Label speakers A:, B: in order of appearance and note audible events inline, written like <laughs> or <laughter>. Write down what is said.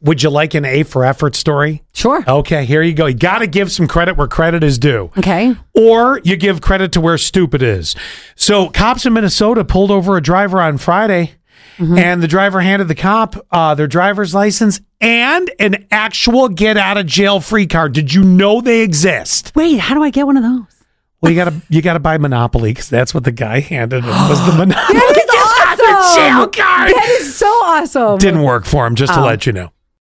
A: Would you like an A for effort story?
B: Sure.
A: Okay, here you go. You got to give some credit where credit is due.
B: Okay.
A: Or you give credit to where stupid is. So, cops in Minnesota pulled over a driver on Friday,
B: Mm-hmm.
A: and the driver handed the cop uh, their driver's license and an actual get out of jail free card. Did you know they exist?
B: Wait, how do I get one of those?
A: Well, you gotta you gotta buy Monopoly because that's what the guy handed him was
B: <gasps>
A: the Monopoly <laughs>
B: That is
A: get out of jail
B: awesome.
A: card.
B: That is Oh. so awesome.
A: Didn't work for him. Just to let you know.